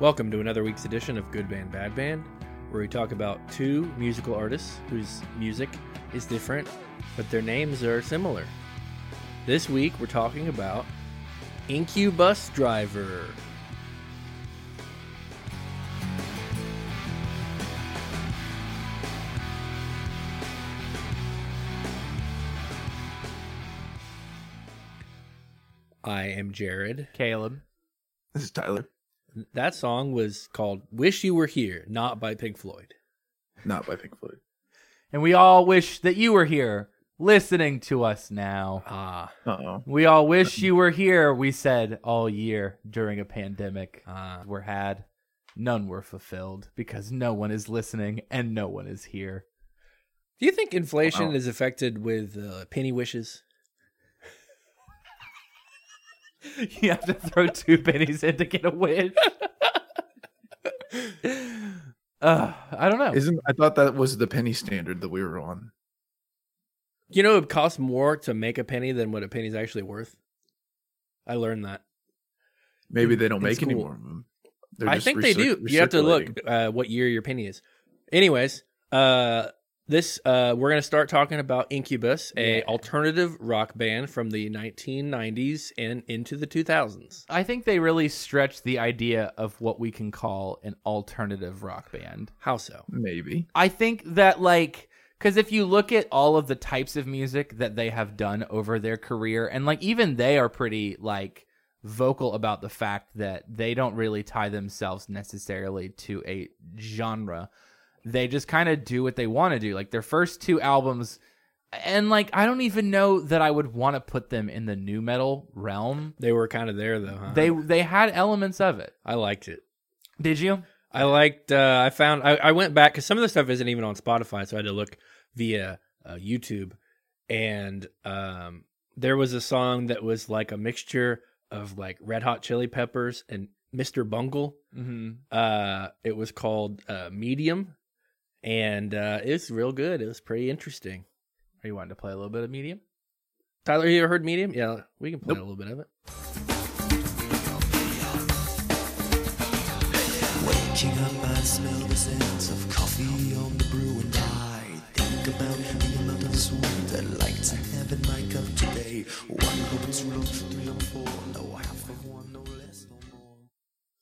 Welcome to another week's edition of Good Band Bad Band, where we talk about two musical artists whose music is different, but their names are similar. This week we're talking about Incubus Driver. I am Jared. Caleb. This is Tyler, That song was called Wish You Were Here, not by Pink Floyd. not by Pink Floyd. And we all wish that you were here listening to us now. Ah, Uh oh. We all wish you were here, we said all year during a pandemic. Uh, ah. Were had, none were fulfilled because no one is listening and no one is here. Do you think inflation Wow. is affected with uh, penny wishes? You have to throw two pennies in to get a wish. Uh, I don't know. Isn't I thought that was the penny standard that we were on. You know, it costs more to make a penny than what a penny's actually worth. I learned that. Maybe they don't It's make any cool. more of them. They're I just think they do. recir- You have to look recirculating. uh, what year your penny is. Anyways, uh, this uh, we're gonna start talking about Incubus, a Yeah. alternative rock band from the 1990s and into the 2000s. I think they really stretch the idea of what we can call an alternative rock band. How so? Maybe. I think that like because if you look at all of the types of music that they have done over their career, and like even they are pretty like vocal about the fact that they don't really tie themselves necessarily to a genre. They just kind of do what they want to do. Like their first two albums, and like I don't even know that I would want to put them in the new metal realm. They were kind of there though. Huh? They they had elements of it. I liked it. Did you? I liked. Uh, I found. I, I went back because some of the stuff isn't even on Spotify, so I had to look via uh, YouTube. And um, there was a song that was like a mixture of like Red Hot Chili Peppers and Mr. Bungle. Mm-hmm. Uh, it was called uh, Medium, and uh, it's real good. It was pretty interesting. Are you wanting to play a little bit of Medium? Tyler, you ever heard Medium? Yeah, we can play a little bit of it. Waking up, I smell the scent of coffee on the brew, and I think about the amount of sweet I'd like to have in my cup today. One cup is real, three or four, no half of one, no less, no more.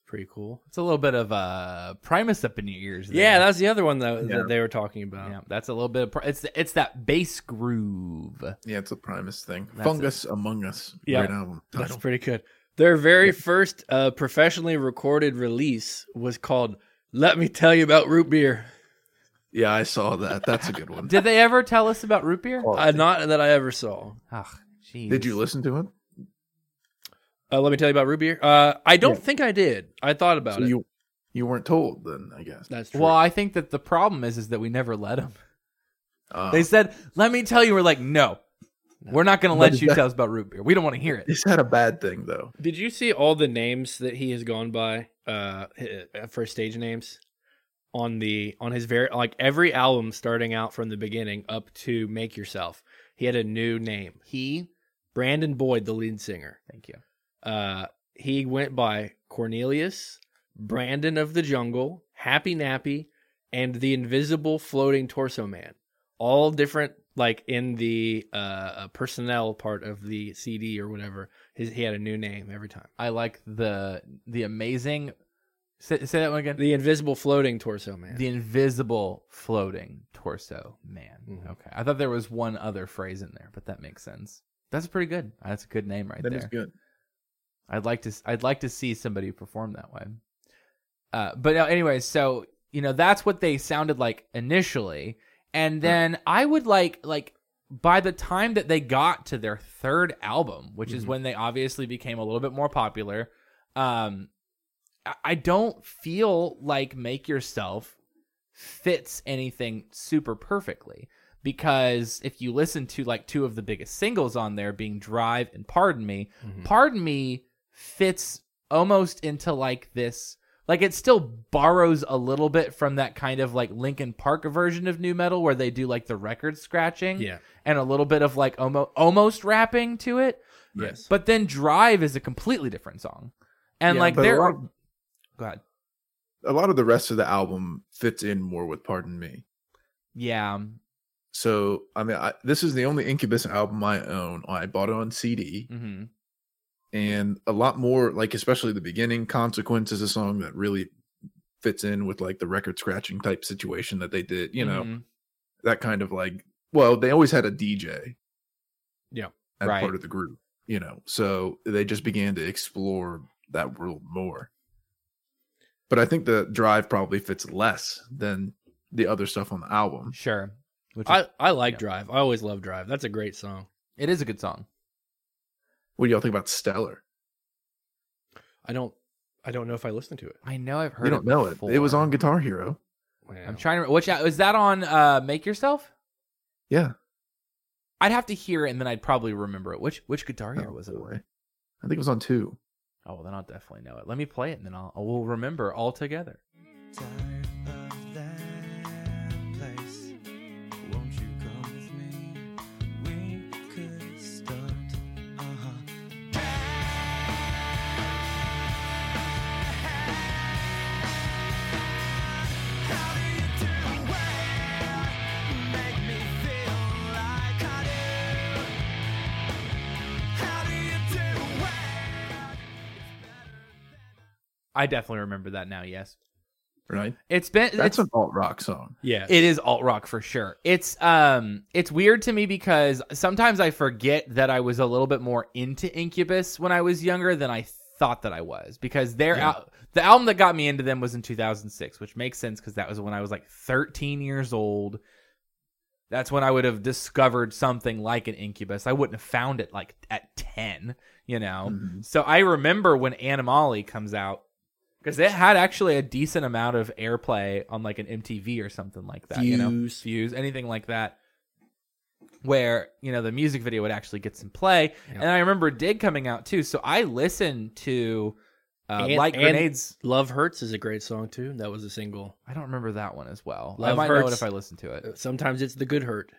Pretty cool. It's a little bit of uh Primus up in your ears. There. Yeah, that's the other one that, Yeah. that they were talking about. yeah, that's a little bit of Pri- it's it's that bass groove. Yeah, it's a Primus thing. That's Fungus Among Us. Yeah. Great album That's title. pretty good. Their very Yeah. first uh, professionally recorded release was called "Let Me Tell You About Root Beer." yeah, I saw that. That's a good one. Did they ever tell us about root beer? Oh, Uh, not that I ever saw. Ugh, jeez. Did you listen to it? Uh, Let me tell you about root beer. Uh, I don't Yeah. think I did. I thought about So it. you you weren't told then, I guess. That's true. Well, I think that the problem is is that we never let them. Uh, They said, "Let me tell you." We're like, "No, we're not going to But let is you that- tell us about root beer. We don't want to hear it." is that a bad thing though? Did you see all the names that he has gone by uh, hi- for stage names on the on his very like every album starting out from the beginning up to Make Yourself? He had a new name. He, Brandon Boyd, the lead singer. thank you. Uh, he went by Cornelius, Brandon of the Jungle, Happy Nappy, and the Invisible Floating Torso Man. All different, like in the uh, uh, personnel part of the CD or whatever. His, he had a new name every time. I like the the amazing. Say, say that one again. The Invisible Floating Torso Man. The invisible floating torso man. Mhm. Okay. I thought there was one other phrase in there, but that makes sense. That's pretty good. That's a good name right That is there. good. I'd like to s- I'd like to see somebody perform that way. Uh, but uh, anyway, so you know that's what they sounded like initially, and then I would like like by the time that they got to their third album, which is Mhm. when they obviously became a little bit more popular. Um, I- I don't feel like Make Yourself fits anything super perfectly because if you listen to like two of the biggest singles on there being Drive and Pardon Me, Mhm. pardon me fits almost into like this like it still borrows a little bit from that kind of like Linkin Park version of new metal where they do like the record scratching Yeah. and a little bit of like almost almost rapping to it Yes. but then Drive is a completely different song and Yeah, like but a there lot are God a lot of the rest of the album fits in more with Pardon Me. Yeah. um, So I mean, I, this is the only Incubus album I own. I bought it on CD, hmm and a lot more like especially the beginning. Consequence is a song that really fits in with like the record scratching type situation that they did. You know Mhm. that kind of like. Well, they always had a DJ. Yeah. as Right. part of the group. You know, so they just began to explore that world more. But I think the drive probably fits less than the other stuff on the album. Sure. Which is, I, I like Yeah. Drive. I always love Drive. That's a great song. it is a good song. What do y'all think about Stellar? I don't I don't know if I listened to it. I know I've heard. You don't it know it. It was before. on Guitar Hero. Wow. I'm trying to. Which is that on? Uh, Make yourself. Yeah. I'd have to hear it and then I'd probably remember it. Which which guitar hero Oh, was it? on? boy. I think it was on two. Oh, well, then I'll definitely know it. Let me play it and then I'll I will remember all together. Tired of that place. Won't you come with me? We could start. Uh huh. I definitely remember that now. Yes, Right. it's been. That's That's an alt rock song. Yeah. it is alt rock for sure. It's um, it's weird to me because sometimes I forget that I was a little bit more into Incubus when I was younger than I thought that I was because their Yeah. al- the album that got me into them was in 2006, which makes sense because that was when I was like 13 years old. That's when I would have discovered something like an Incubus. I wouldn't have found it like at 10, you know. Mhm. So I remember when Animali comes out because it had actually a decent amount of airplay on like an MTV or something like that, you know, Fuse. Fuse, anything like that, where you know the music video would actually get some play. Yeah. And I remember Dig coming out too, so I listened to uh, And- Like and- Grenades. Love Hurts is a great song too. That was a single. I don't remember that one as well. I Love might know it Hurts. if I listen to it. Sometimes it's the good hurt.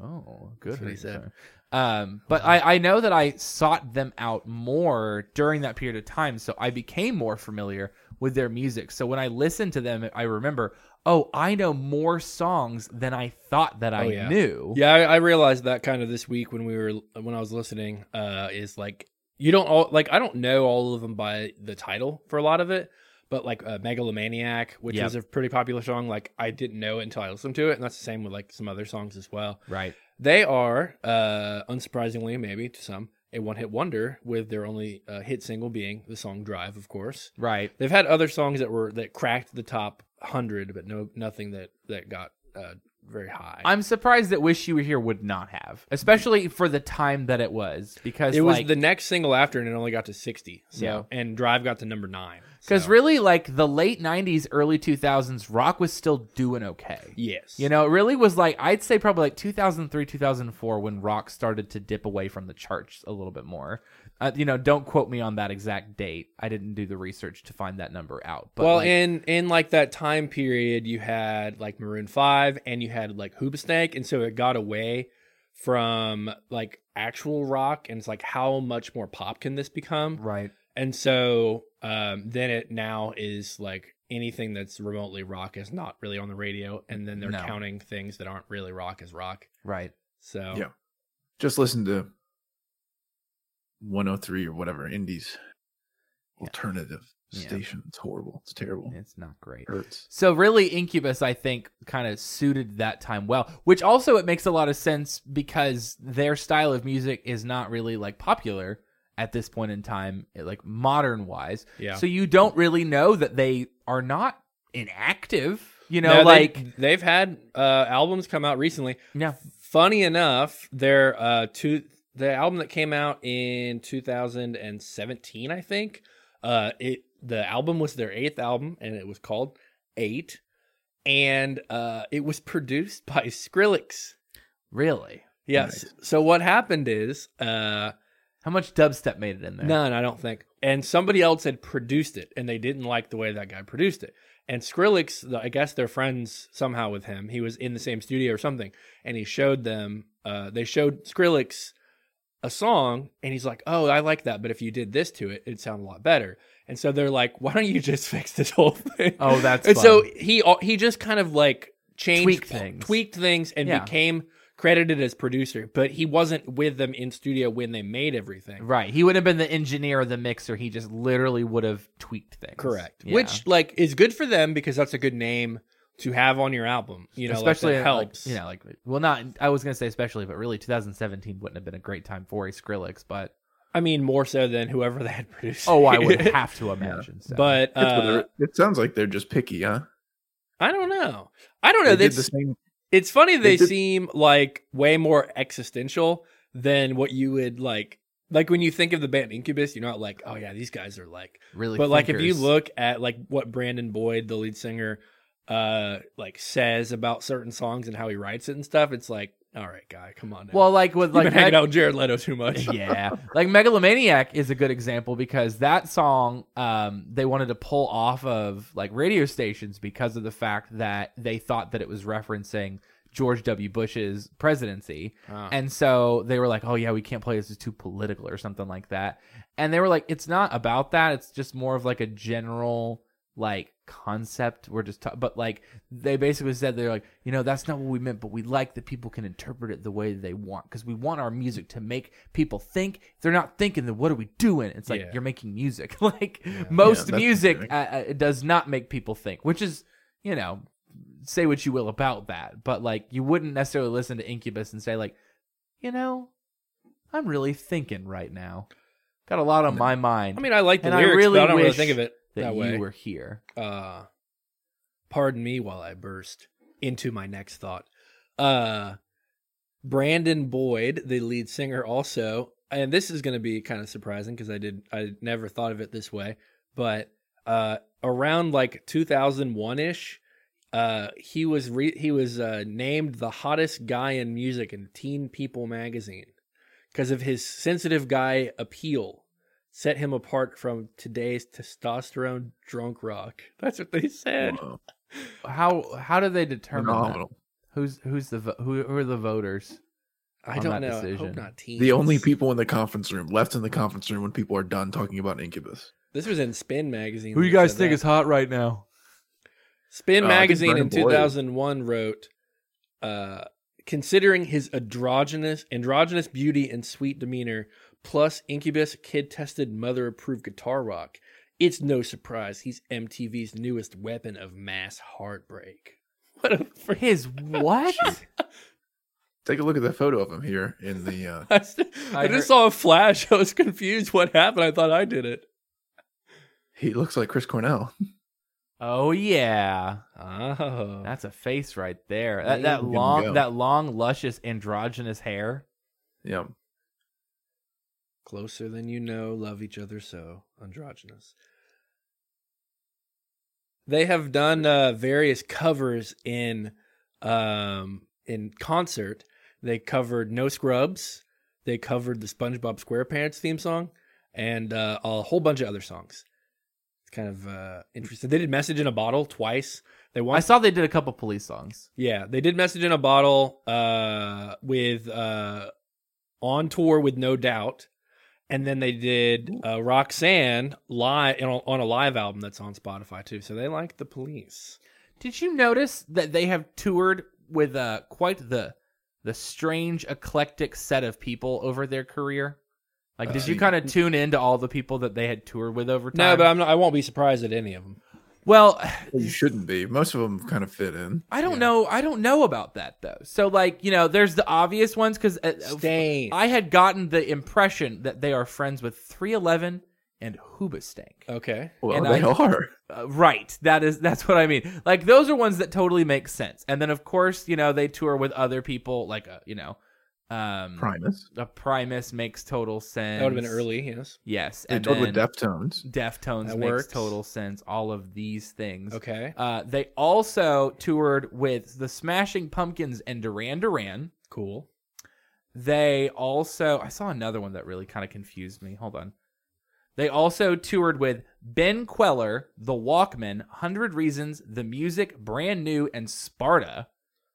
Oh, good. That's what he reason. said. Um, but I, I know that I sought them out more during that period of time, so I became more familiar with their music. So when I listened to them, I remember, oh, I know more songs than I thought that I Oh, yeah. knew. Yeah, I, I realized that kind of this week when we were when I was listening. Uh, is like you don't all like I don't know all of them by the title for a lot of it, but like uh, Megalomaniac, which Yep. is a pretty popular song. Like I didn't know it until I listened to it, and that's the same with like some other songs as well. Right. They are, uh, unsurprisingly, maybe to some, a one-hit wonder with their only uh, hit single being the song "Drive," of course. Right. They've had other songs that were that cracked the top hundred, but no nothing that that got uh, very high. I'm surprised that Wish You Were Here would not have, especially for the time that it was, because it was like, the next single after, and it only got to sixty. So Yeah. and Drive got to number nine. because So- really like the late '90s, early 2000s, rock was still doing okay. yes, You know, it really was like I'd say probably like 2003, 2004 when rock started to dip away from the charts a little bit more. Uh, you know, don't quote me on that exact date. I didn't do the research to find that number out. But well, like, in in like that time period, you had like Maroon Five, and you had like Hoobastank, and so it got away from like actual rock, and it's like how much more pop can this become? right, And so um, then it now is like anything that's remotely rock is not really on the radio, and then they're No. counting things that aren't really rock as rock. right. So Yeah. Just listen to 103 or whatever indies Yeah. alternative Yeah. station. It's horrible. It's terrible. It's not great. hurts. So really Incubus I think kind of suited that time well, which also it makes a lot of sense because their style of music is not really like popular at this point in time like modern wise. yeah. So you don't really know that they are not inactive. You know, No, they- like they've had uh, albums come out recently. yeah, Funny enough, their uh two the album that came out in 2017, I think. Uh it the album was their eighth album and it was called Eight. And uh it was produced by Skrillex. really. Yes. So what happened is uh How much dubstep made it in there? None, I don't think. And somebody else had produced it, and they didn't like the way that guy produced it. And Skrillex, the- I guess they're friends somehow with him. He was in the same studio or something, and he showed them. Uh, they showed Skrillex a song and he's like, "Oh, I like that, but if you did this to it, it'd sound a lot better." And so they're like, "Why don't you just fix this whole thing?" Oh, that's and so fun. he he just kind of like changed Tweaked things. tweaked things and Yeah. became credited as producer, but he wasn't with them in studio when they made everything. Right. He would have been the engineer of the mixer. He just literally would have tweaked things. Correct. Yeah. Which like is good for them because that's a good name to have on your album. You know, especially especially in, like, helps. you know, like well, not I was gonna say especially, but really, 2017 wouldn't have been a great time for a Skrillex. But I mean, more so than whoever that produced. oh, I would have to imagine. So. but It's what uh, they're- it sounds like they're just picky, huh? I don't know. I don't know. they did That's the same. It's funny they, They did- seem like way more existential than what you would like. Like when you think of the band Incubus, you're not like, oh yeah, these guys are like. really, but like if you thinkers. look at like what Brandon Boyd, the lead singer, uh, like says about certain songs and how he writes it and stuff, it's like, all right, guy, come on. Now. well, like with You've like been hanging Meg- out with Jared Leto too much. yeah like megalomaniac is a good example because that song um they wanted to pull off of like radio stations because of the fact that they thought that it was referencing george w bush's presidency Uh-huh. and so they were like oh yeah we can't play this it's too political or something like that and they were like it's not about that it's just more of like a general like concept we're just ta- but like they basically said they're like you know that's not what we meant but we like that people can interpret it the way they want because we want our music to make people think if they're not thinking then what are we doing it's like Yeah. you're making music like most Yeah, that's music true. uh, uh, it does not make people think which is you know say what you will about that but like you wouldn't necessarily listen to incubus and say like you know i'm really thinking right now got a lot on my mind I mean, I like the And I lyrics, really but I don't really wish think of it that, that you way. were here uh pardon me while i burst into my next thought uh brandon boyd the lead singer also and this is going to be kind of surprising because i did i never thought of it this way but uh around like 2001ish uh he was re- he was uh named the hottest guy in music in teen people magazine because of his sensitive guy appeal set him apart from today's testosterone drunk rock. That's what they said. Whoa, how how do they determine that? phenomenal. who's who's the vo- who, who are the voters I on don't that know. I decision. hope not teens. The only people in the conference room left in the conference room when people are done talking about Incubus. This was in Spin magazine. who that you guys said think that. is hot right now Spin Uh, I think magazine in Brandon Boyd. 2001 wrote uh considering his androgynous androgynous beauty and sweet demeanor plus Incubus kid-tested mother-approved guitar rock, it's no surprise he's MTV's newest weapon of mass heartbreak. What a freaking his what Take a look at the photo of him here in the. Uh, I, s- I I just heard- saw a flash. I was confused. What happened? I thought I did it. he looks like Chris Cornell. oh yeah Uh-huh. Oh, that's a face right there There that, that you long go. that long luscious androgynous hair Yeah, closer than you know. Love each other so androgynous. They have done uh, various covers in um, in concert. They covered No Scrubs. They covered the SpongeBob SquarePants theme song and uh, a whole bunch of other songs. It's kind of uh, interesting. They did "Message in a Bottle" twice. They i once saw they did a couple police songs Yeah, they did message in a bottle uh with uh on tour with No Doubt. And then they did uh, Roxanne live on, on a live album that's on Spotify too. So they like the police. Did you notice that they have toured with uh, quite the the strange eclectic set of people over their career? Like, did Uh, you kind of tune into all the people that they had toured with over time? No, but I'm not, I won't be surprised at any of them. well, you shouldn't be. Most of them kind of fit in. I don't know. I don't know about that though. So, like, you know, there's the obvious ones because uh, Stain. I had gotten the impression that they are friends with 311 and Hoobastank. okay. Well, And they I- are. Uh, right. That is that's what I mean. Like those are ones that totally make sense. And then of course, you know, they tour with other people like uh, you know, um Primus. a Primus makes total sense. That would have been early. Yes. Yes. They and toured with then Deftones. Deftones That makes works. total sense. All of these things. Okay. Uh, they also toured with the Smashing Pumpkins and Duran Duran. Cool. They also I saw another one that really kind of confused me. Hold on. They also toured with Ben Queller, The Walkmen, 100 Reasons, The Music, Brand New, and Sparta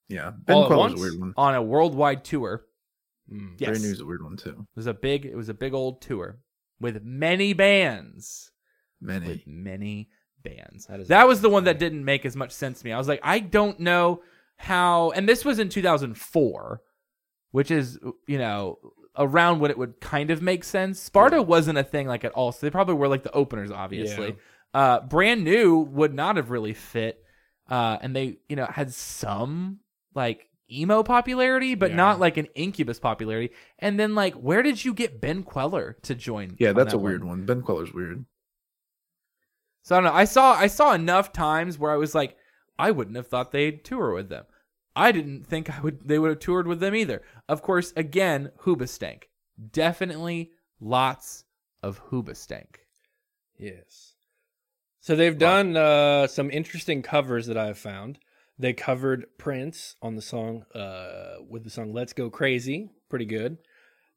Yeah, Ben All at Queller's once? a weird one. on a worldwide tour. Mm. Yes. Very News is a weird one too. It was a big it was a big old tour with many bands. Many. With many bands. That is- That was the one that didn't make as much sense to me. I was like, I don't know how and this was in 2004, which is, you know, around when it would kind of make sense. Sparta wasn't a thing like at all. So they probably were like the openers obviously. Uh brand new would not have really fit uh and they, you know, had some like emo popularity, but Yeah. not like an incubus popularity. And then like where did you get Ben Queller to join? Yeah, on that's that a weird one. Ben Queller's weird. so I don't know. I saw I saw enough times where I was like, I wouldn't have thought they'd tour with them. I didn't think I would they would have toured with them either. Of course, again, Hoobastank. Definitely lots of Hoobastank. Yes. So they've done uh, some interesting covers that I've found. They covered Prince on the song uh, with the song "Let's Go Crazy," pretty good.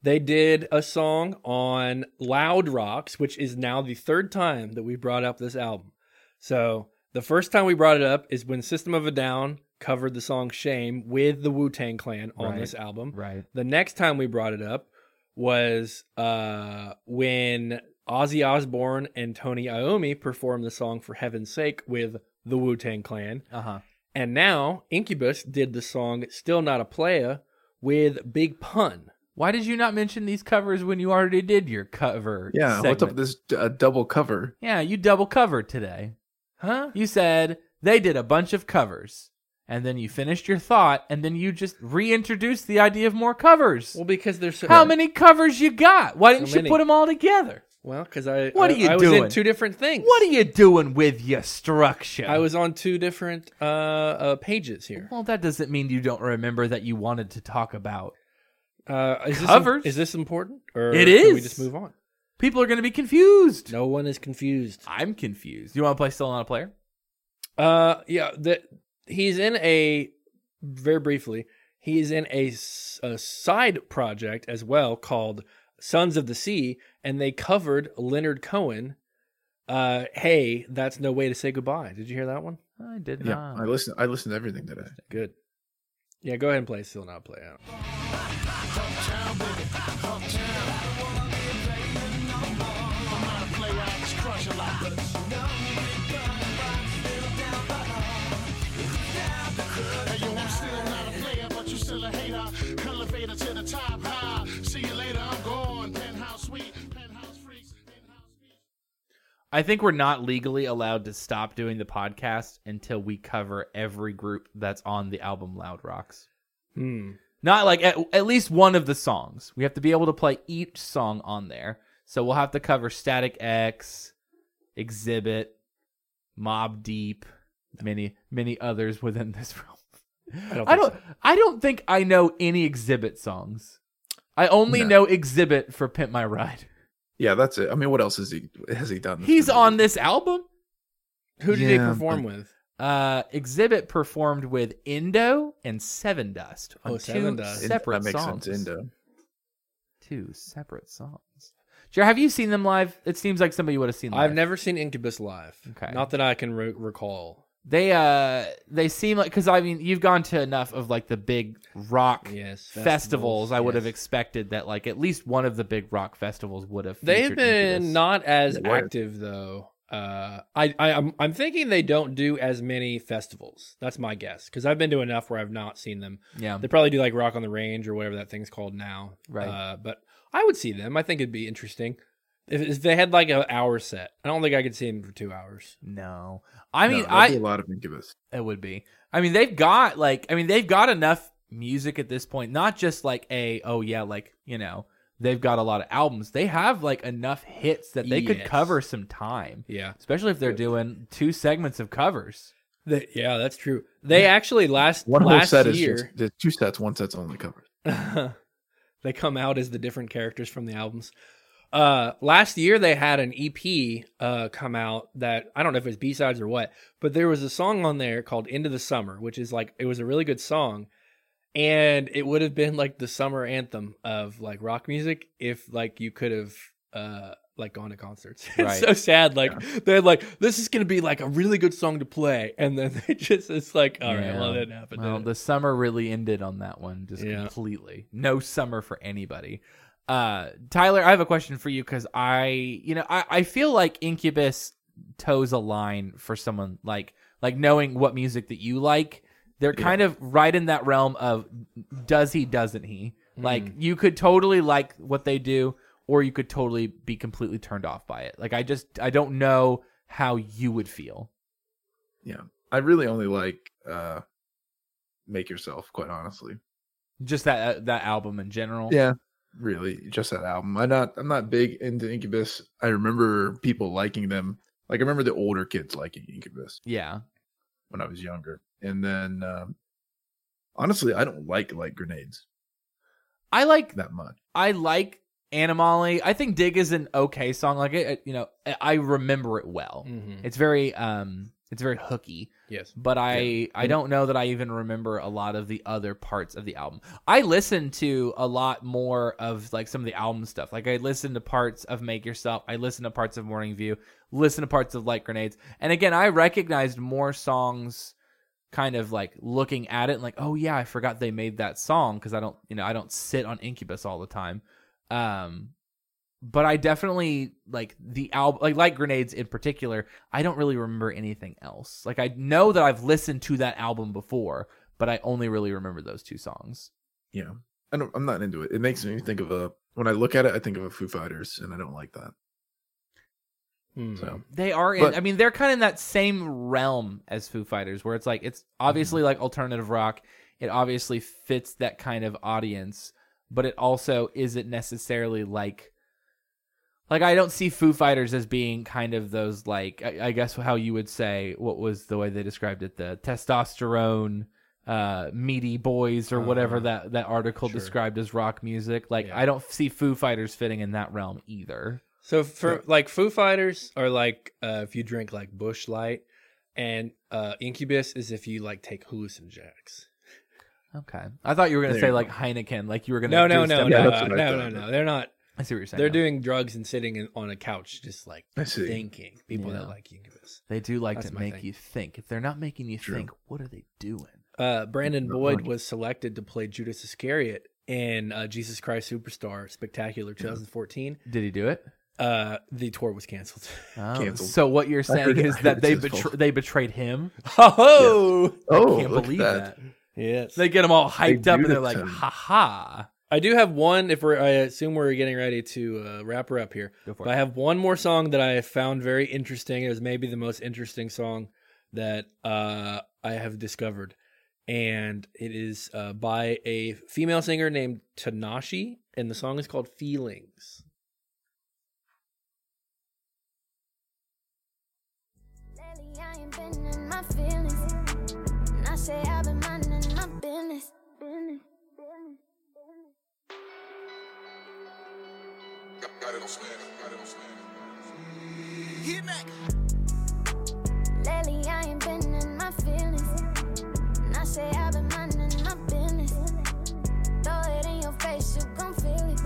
They did a song on Loud Rocks, which is now the third time that we brought up this album. So the first time we brought it up is when System of a Down covered the song "Shame" with the Wu Tang Clan on Right. this album. Right. The next time we brought it up was uh, when Ozzy Osbourne and Tony Iommi performed the song "For Heaven's Sake" with the Wu Tang Clan, Uh-huh. and now Incubus did the song "Still Not a Playa" with Big Pun. Why did you not mention these covers when you already did your cover? Yeah, what's up segment? with this d- uh, double cover? Yeah, you double covered today. Huh? You said they did a bunch of covers. And then you finished your thought, and then you just reintroduced the idea of more covers. Well, because there's so uh, How many covers you got? Why didn't So you many. put them all together? Well, because I What I- are you I was doing? in two different things. What are you doing with your structure? I was on two different uh, uh, pages here. Well, that doesn't mean you don't remember that you wanted to talk about. Uh, is this Covers? is this important? Or It Can we is. just move on. People are going to be confused. No one is confused. I'm confused. You want to play Still Not a Player? Uh, yeah, that he's in a very briefly. He's in a, s- a side project as well called Sons of the Sea, and they covered Leonard Cohen. Uh, hey, that's no way to say goodbye. Did you hear that one? I did Yeah, not. I listened. I listened to everything today. Good. Yeah, go ahead and play. Still not play out. Hey, yo, I'm still not a player, but you still a hater. Elevator to the top high. See you later, I'm gone. Penthouse suite, penthouse freaks, penthouse beach. I think we're not legally allowed to stop doing the podcast until we cover every group that's on the album Loud Rocks. Hmm. Not like at, at least one of the songs. We have to be able to play each song on there. So we'll have to cover Static X, Exhibit, Mob Deep, many many others within this realm. I don't I think don't I don't think I know any Exhibit songs. I only No. know Exhibit for Pimp My Ride. Yeah, that's it. I mean, what else has he has he done? that's He's been- on this album. Who did they Yeah, perform with? Uh, Exhibit performed with Indo and Seven Dust on Oh, two Seven Dust. In- separate that makes songs. sense. Indo. two separate songs. Jer, have you seen them live? It seems like somebody would have seen. Live. I've never seen Incubus live. Okay. Not that I can re- recall. They uh, they seem like because I mean, you've gone to enough of like the big rock Yes. festivals. I would have yes. expected that like at least one of the big rock festivals would have. They've featured been Incubus. not as They were. active though. Uh, I, I I'm I'm thinking they don't do as many festivals. That's my guess because I've been to enough where I've not seen them. Yeah. They probably do like Rock on the Range or whatever that thing's called now. Right. Uh, but I would see them. I think it'd be interesting if, if they had like an hour set. I don't think I could see them for two hours. No, I No, mean, that'd I be a lot of incubus. It would be. I mean, they've got like I mean, they've got enough music at this point, not just like a oh yeah, like, you know, they've got a lot of albums. They have like enough hits that they could Yes. cover some time, Yeah. especially if they're doing two segments of covers. They, yeah, that's true. They actually last One whole last set is year. just there's two sets. One set's only covered. they come out as the different characters from the albums. Uh, last year they had an EP uh, come out that I don't know if it was B sides or what, but there was a song on there called "Into the Summer," which is like it was a really good song, and it would have been like the summer anthem of like rock music if like you could have uh like gone to concerts. It's Right. so sad. Like they're like, this is gonna be like a really good song to play, and then they just it's like, all right, Yeah. well, that happened. Well, the summer really ended on that one, just Yeah. completely. No summer for anybody. Uh, Tyler, I have a question for you because I, you know, I, I feel like Incubus toes a line for someone like like knowing what music that you like. They're Yeah. kind of right in that realm of does he, doesn't he? Like you could totally like what they do, or you could totally be completely turned off by it. Like I just I don't know how you would feel. I really only like uh Make Yourself, quite honestly. Just that uh, that album in general. Yeah. Really, just that album. I'm not I'm not big into Incubus. I remember people liking them. Like I remember the older kids liking Incubus Yeah. when I was younger. And then um honestly, I don't like like grenades I like that much. I like Animali. I think Dig is an okay song. Like it, it- you know, I- I remember it well. Mhm. It's very um it's very hooky, yes, but I I don't know that I even remember a lot of the other parts of the album. I listened to a lot more of like some of the album stuff. Like I listened to parts of Make Yourself, I listened to parts of Morning View, listened to parts of Light Grenades. And again, I recognized more songs kind of like looking at it and like, oh yeah, I forgot they made that song because I don't, you know, I don't sit on Incubus all the time. Um, but I definitely like the album, like Light Grenades in particular. I don't really remember anything else. Like I know that I've listened to that album before, but I only really remember those two songs. Yeah. I don't I'm not into it. It makes me think of a when I look at it, I think of a Foo Fighters and I don't like that. Hmm. Mhm. So They are, in, But- I mean, they're kind of in that same realm as Foo Fighters, where it's like it's obviously like alternative rock. It obviously fits that kind of audience, but it also isn't necessarily like, like I don't see Foo Fighters as being kind of those like I, I guess how you would say what was the way they described it the testosterone, uh, meaty boys or whatever Uh-huh. that that article Sure. described as rock music. Like Yeah. I don't see Foo Fighters fitting in that realm either. So for like Foo Fighters are like uh, if you drink like Bush Light, and uh, Incubus is if you like take hallucinogens. Okay. I thought you were going to say There you like Heineken, like you were going to No, no, do a no, step no, back. that's no, what I no, no, thought. no. They're not. I see what you're saying. They're now. doing drugs and sitting in, on a couch, just like I see. thinking. People Yeah. that like Incubus. They do like That's to my make thing. you think. If they're not making you True. think, what are they doing? Uh, Brandon Not Boyd funny. was selected to play Judas Iscariot in uh, Jesus Christ Superstar Spectacular Mm-hmm. 2014. Did he do it? Uh, the tour was canceled. Oh, Canceled. so what you're saying heard it- is I heard that it's they his fault. betr they betrayed him. Oh, Oh, I can't look at believe that. that. yes. They get them all hyped up and do they're that like, to him. "Ha ha!" I do have one. If we're, I assume we're getting ready to uh, wrap her up here. Go for But I have one more song that I found very interesting. It was maybe the most interesting song that uh, I have discovered. And it is uh, by a female singer named Tanashi. And the song is called Feelings. Lately I ain't been in my feelings. And I say I've been minding my business. business, business, business. Lately I ain't been in my feelings. And I say I've been minding my business. Throw it in your face, you gon' feel it.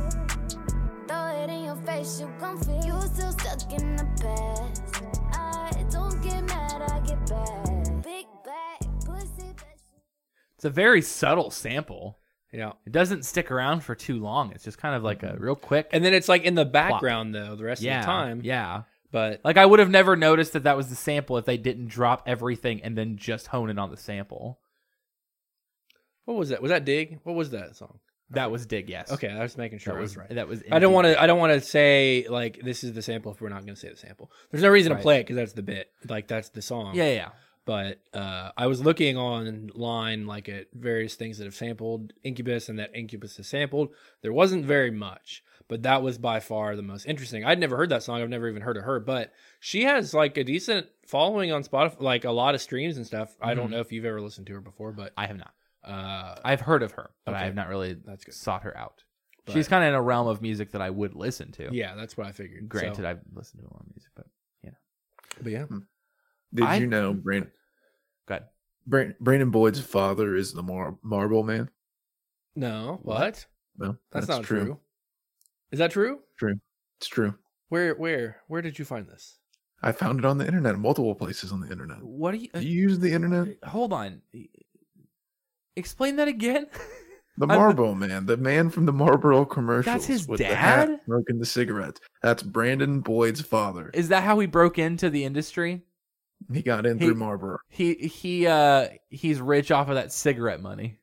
Throw it in your face, you gon' feel it. You still stuck in the past. I don't get mad, I get back. Big bag, pussy, bitch. It's a very subtle sample. Yeah. It doesn't stick around for too long. It's just kind of like a real quick. And then it's like in the background, though, the rest Mm-hmm. yeah, of the time. yeah. But Like I would have never noticed that that was the sample if they didn't drop everything and then just hone in on the sample. what was that? Was that Dig? What was that song? That was dig. Yes. Okay. I was making sure That I was was right. That was. I don't indeed want to. I don't want to say like this is the sample if we're not going to say the sample. There's no reason Right. to play it because that's the bit. Like that's the song. Yeah, yeah, yeah. but uh, I was looking online like at various things that have sampled Incubus and that Incubus has sampled. There wasn't very much, but that was by far the most interesting. I'd never heard that song. I've never even heard of her, but she has like a decent following on Spotify, like a lot of streams and stuff. I Mhm. don't know if you've ever listened to her before, but I have not. uh, I've heard of her, but I Okay. have not really That's good. sought her out. But- She's kind of in a realm of music that I would listen to. yeah, that's what I figured. Granted, So- I've listened to a lot of music, but but yeah, Hmm. Did I- you know Brandon go ahead. Bran- Brandon Boyd's father is the Mar- Marble Man. no, what? Well, That's, not true. Is that true? It's true. Where where where did you find this? I found it on the internet, multiple places on the internet. What are you? uh, Do you use the internet? hold on. Explain that again. The I'm- Marlboro man, the man from the Marlboro commercials. his with The hat dad? smoking the cigarettes. That's Brandon Boyd's father. Is that how he broke into the industry? he got in he- through Marlboro. He he uh he's rich off of that cigarette money.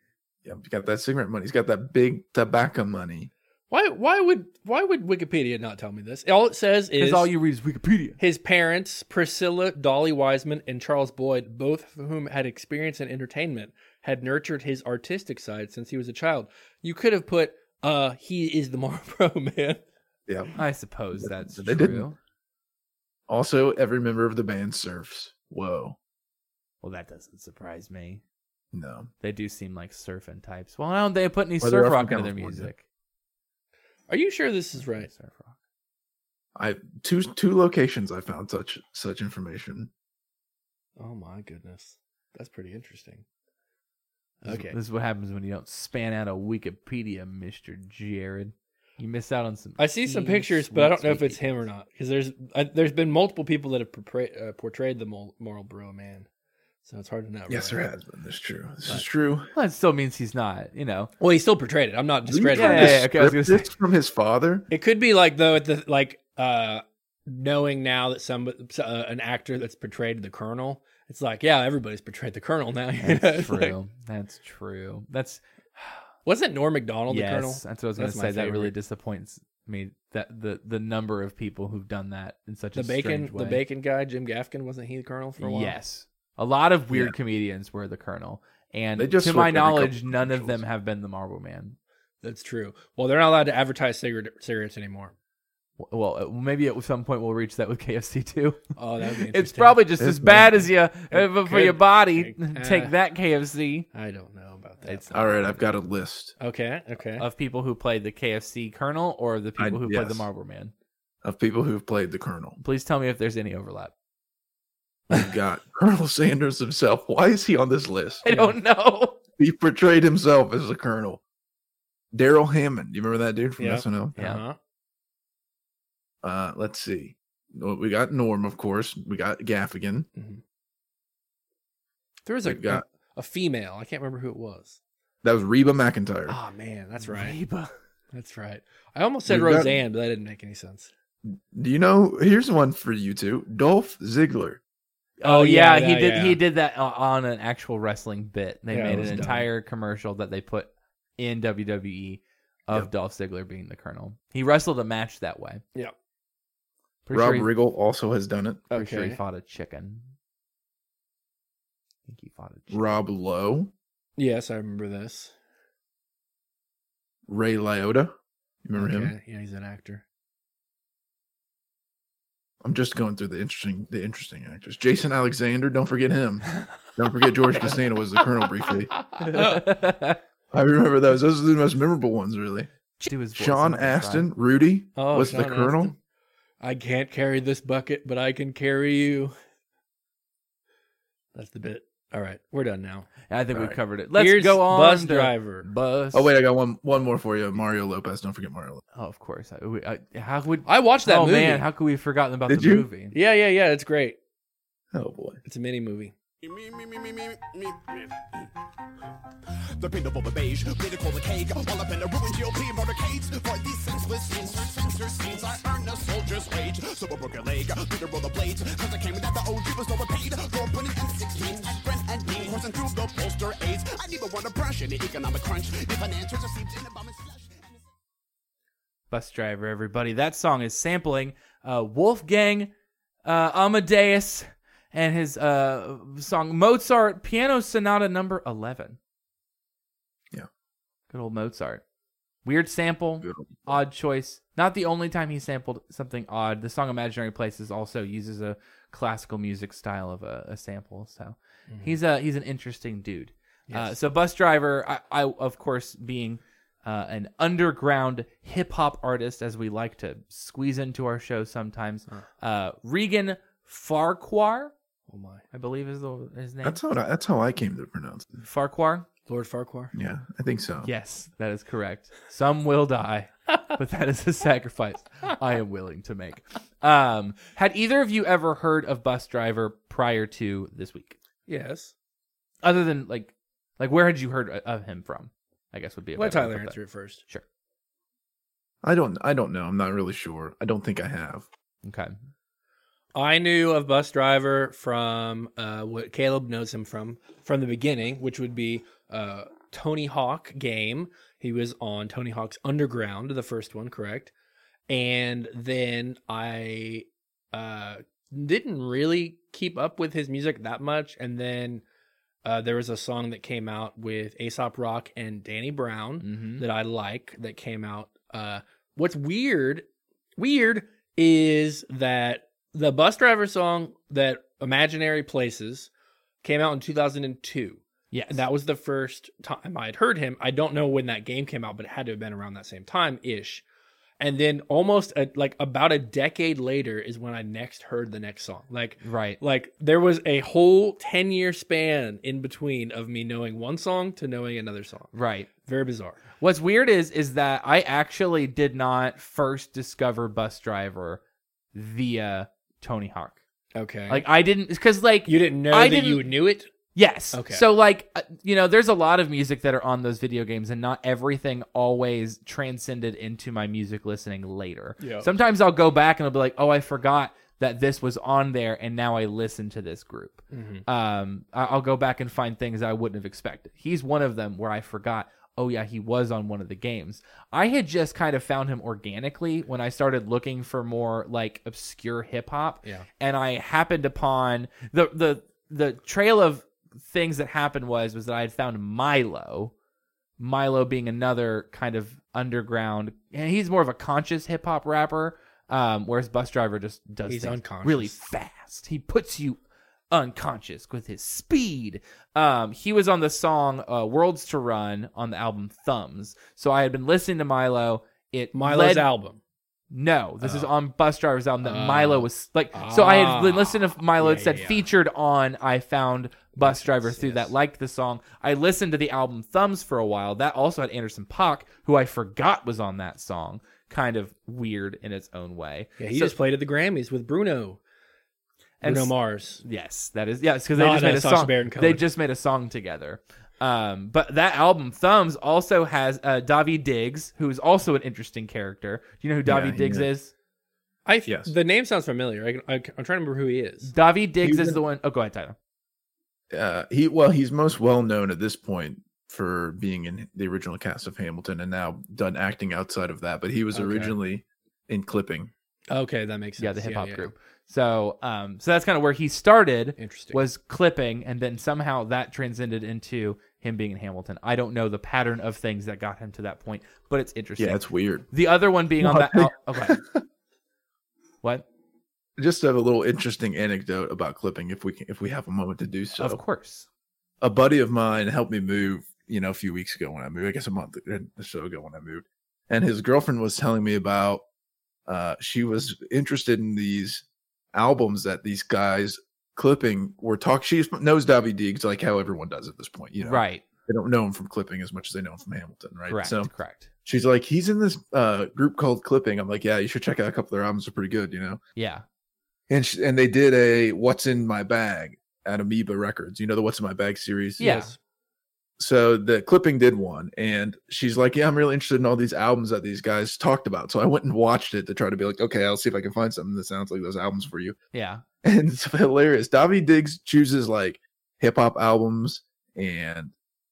Yeah, he's got that cigarette money. He's got that big tobacco money. Why why would why would Wikipedia not tell me this? All it says Because is all you read is Wikipedia. his parents, Priscilla Dolly Wiseman and Charles Boyd, both of whom had experience in entertainment, had nurtured his artistic side since he was a child. You could have put uh he is the Marlboro man. Yeah. I suppose that's true. They didn't. Also, every member of the band surfs. Whoa. Well, that doesn't surprise me. No. They do seem like surfing types. Well, why don't they put any Well, they're surf from rock into their California. music? Are you sure this is right? Surf rock. I two two locations I found such such information. Oh my goodness. That's pretty interesting. This is- Okay. This is what happens when you don't span out a Wikipedia, Mister Jared. You miss out on some. I see some key pictures, but I don't sweet, know if sweet it's him or details. not because there's I, there's been multiple people that have portray, uh, portrayed the Mol- Marlboro man, so it's hard to know. Yes, there really. has been. That's true. This But- is true. Well, it still means he's not. You know. Well, he still portrayed it. I'm not discrediting. Yeah, it. yeah, yeah, okay, I was gonna say. This from his father. It could be like though at the like uh knowing now that some uh, an actor that's portrayed the colonel, it's like yeah, everybody's portrayed the colonel now. you know? That's It's like- true. that's true. That's wasn't Norm Macdonald yes. the colonel? That's what I was gonna That's say. my That really favorite. disappoints me. That the the number of people who've done that in such The a bacon, strange way. the bacon guy, Jim Gaffigan, wasn't he the colonel for a while? Yes, a lot of weird comedians were the colonel, and They just to switch my every couple knowledge, none of them commercials. have been the Marble Man. that's true. Well, they're not allowed to advertise cigarette, cigarettes anymore. W- Well, uh, maybe at some point we'll reach that with KFC too. Oh, that would be interesting. It's probably just It's as bad as you uh, for could- your body. it- uh, Take that KFC. I don't know about that. It's All right, I've got a list okay, okay. of people who played the KFC Colonel or the I- people who played the yes. Marble Man. of people who've played the Colonel. Please tell me if there's any overlap. We've got Colonel Sanders himself. Why is he on this list? I don't know. He portrayed himself as the Colonel. Daryl Hammond. You remember that dude from Yeah. SNL? yeah. Uh-huh. Uh, let's see. Well, We got Norm, of course. We got Gaffigan. There was a, We've got- a a female. I can't remember who it was. That was Reba McIntyre. Oh man, that's right. Reba. That's right. I almost said We've got- Roseanne, but that didn't make any sense. Do you know? Here's one for you two. Dolph Ziggler. Oh, yeah, he yeah, did. yeah. He did that o- on an actual wrestling bit. They Yeah, it made an was dumb. entire commercial that they put in WWE of Yep. Dolph Ziggler being the Colonel. He wrestled a match that way. Yep. Pretty, Rob sure, he, Riggle also has done it. pretty sure he Okay. fought a chicken. I think he fought a chicken. Rob Lowe, Yes, I remember this. Ray Liotta. You remember okay. him? Yeah, he's an actor. I'm just going through the interesting, the interesting actors. Jason Alexander. Don't forget him. Don't forget George Costanza was the Colonel briefly. Oh, I remember those. Those are the most memorable ones, really. Do his voice Sean another time. Astin, Rudy Oh, was the Sean Colonel. Astin. I can't carry this bucket, but I can carry you. That's the bit. All right, we're done now. I think All we've right. covered it. Let's Here's go on. Bus to driver. Bus. Oh wait, I got one, one more for you. Mario Lopez. Don't forget Mario. Lopez. Oh, of course. I, we, I, how would? I watched that oh movie. man, how could we have forgotten about Did the you? movie? yeah, yeah, yeah. It's great. Oh boy. It's a mini movie. Me, me, me, me, me, me. The paint of over beige, way to call the cake. All up in the ruined GOP motorcades. For these senseless censors, censors, scenes, I earned a soldier's wage. So I broke a leg, beat a roll of blades. Cause I came without the OG was overpaid. For putting in six weeks, I friends and me, coursing through the poster aids. I need one oppression, the economic crunch. The financiers received in the bomb and slush. Bus driver, everybody. That song is sampling uh, Wolfgang uh, Amadeus and his uh, song Mozart Piano Sonata Number Eleven. Yeah. Good old Mozart. Weird sample, Good one. odd choice. Not the only time he sampled something odd. The song "Imaginary Places" also uses a classical music style of a, a sample. So Mm-hmm. he's a he's an interesting dude. Uh, so bus driver, I, I of course being uh, an underground hip hop artist, as we like to squeeze into our show sometimes. Uh, Regan Farquhar, Oh my. I believe is the his name. That's how I, that's how I came to pronounce it. Farquhar. Lord Farquhar. Yeah, I think so. Yes, that is correct. Some will die, but that is a sacrifice I am willing to make. Um, had either of you ever heard of Bus Driver prior to this week? Yes. Other than like, like where had you heard o- of him from? I guess would be. a Let better way Tyler to put answer it first. that. Sure. I don't. I don't know. I'm not really sure. I don't think I have. Okay. I knew of Bus Driver from uh, what Caleb knows him from from the beginning, which would be uh, Tony Hawk game. He was on Tony Hawk's Underground, the first one, correct? And then I uh, didn't really keep up with his music that much. And then uh, there was a song that came out with Aesop Rock and Danny Brown Mm-hmm. that I like that came out. Uh, what's weird, weird is that the bus driver song that Imaginary Places came out in 2002. Yes. And that was the first time I had heard him. I don't know when that game came out, but it had to have been around that same time ish. And then almost a, like about a decade later is when I next heard the next song. Like right. like there was a whole 10 year span in between of me knowing one song to knowing another song. Right. Very bizarre. What's weird is is that I actually did not first discover Bus Driver via Tony Hawk. Okay. Like I didn't because like You didn't know I that you didn't- knew it? Yes. Okay. So like uh, you know, there's a lot of music that are on those video games, and not everything always transcended into my music listening later. Yeah. Sometimes I'll go back and I'll be like, oh, I forgot that this was on there, and now I listen to this group. Um, I- I'll go back and find things I wouldn't have expected. He's one of them where I forgot. Oh yeah, he was on one of the games. I had just kind of found him organically when I started looking for more like obscure hip hop Yeah. and I happened upon the the the trail of things that happened was was that I had found Milo, Milo being another kind of underground, and he's more of a conscious hip hop rapper, um, whereas Bus Driver just does He's things unconscious. really fast. He puts you unconscious with his speed. Um, he was on the song uh, "Worlds to Run" on the album Thumbs, so I had been listening to Milo. It Milo's led- album. no, this is Oh. on Bus Driver's album that Oh. Milo was like. so I had been Ah. listened to Milo. it Yeah, said yeah, yeah. featured on. I found Bus Driver sense, through yes. that. Liked the song. I listened to the album Thumbs for a while. That also had Anderson Pock, who I forgot was on that song. Kind of weird in its own way. Yeah, he So- just played at the Grammys with Bruno. and Bruno s- Mars. Yes, that is yes because they Not just made a a Sacha song. Baron They Cohen. just made a song together. Um, but that album Thumbs also has uh, Davy Diggs, who is also an interesting character. Do you know who Davy Yeah, he Diggs is. is? I Yes. the name sounds familiar. I, can- I, am trying to remember who he is. Davy Diggs He is was- the one oh go ahead, Tyler. Uh, he well, he's most well known at this point for being in the original cast of Hamilton, and now done acting outside of that. But he was Okay. originally in clipping. Okay, that makes sense. yeah, the hip hop yeah. group. So, um, so that's kind of where he started Interesting. was clipping, and then somehow that transcended into him being in Hamilton. I don't know the pattern of things that got him to that point, but it's interesting. Yeah, it's weird. the other one being on No, that. I think- oh, okay. what? Just to have a little interesting anecdote about clipping, if we can, if we have a moment to do so. Of course. a buddy of mine helped me move, you know, a few weeks ago when I moved, I guess a month or so ago when I moved. And his girlfriend was telling me about uh she was interested in these albums that these guys clipping were talk she knows Davy Deegs like how everyone does at this point, you know. Right. They don't know him from clipping as much as they know him from Hamilton, right? Correct. So correct. she's like, he's in this uh group called Clipping. I'm like, Yeah, you should check out a couple of their albums, they're pretty good, you know Yeah. and she, and they did a what's in my bag at amoeba records you know the what's in my bag series Yeah. Yes. so the clipping did one and she's like yeah i'm really interested in all these albums that these guys talked about so i went and watched it to try to be like okay i'll see if i can find something that sounds like those albums for you Yeah. and it's hilarious davy diggs chooses like hip-hop albums and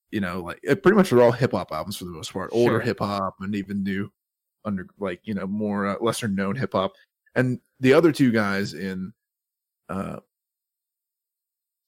you know like it pretty much are all hip-hop albums for the most part older Sure. hip-hop and even new under like you know more uh, lesser known hip-hop and the other two guys in uh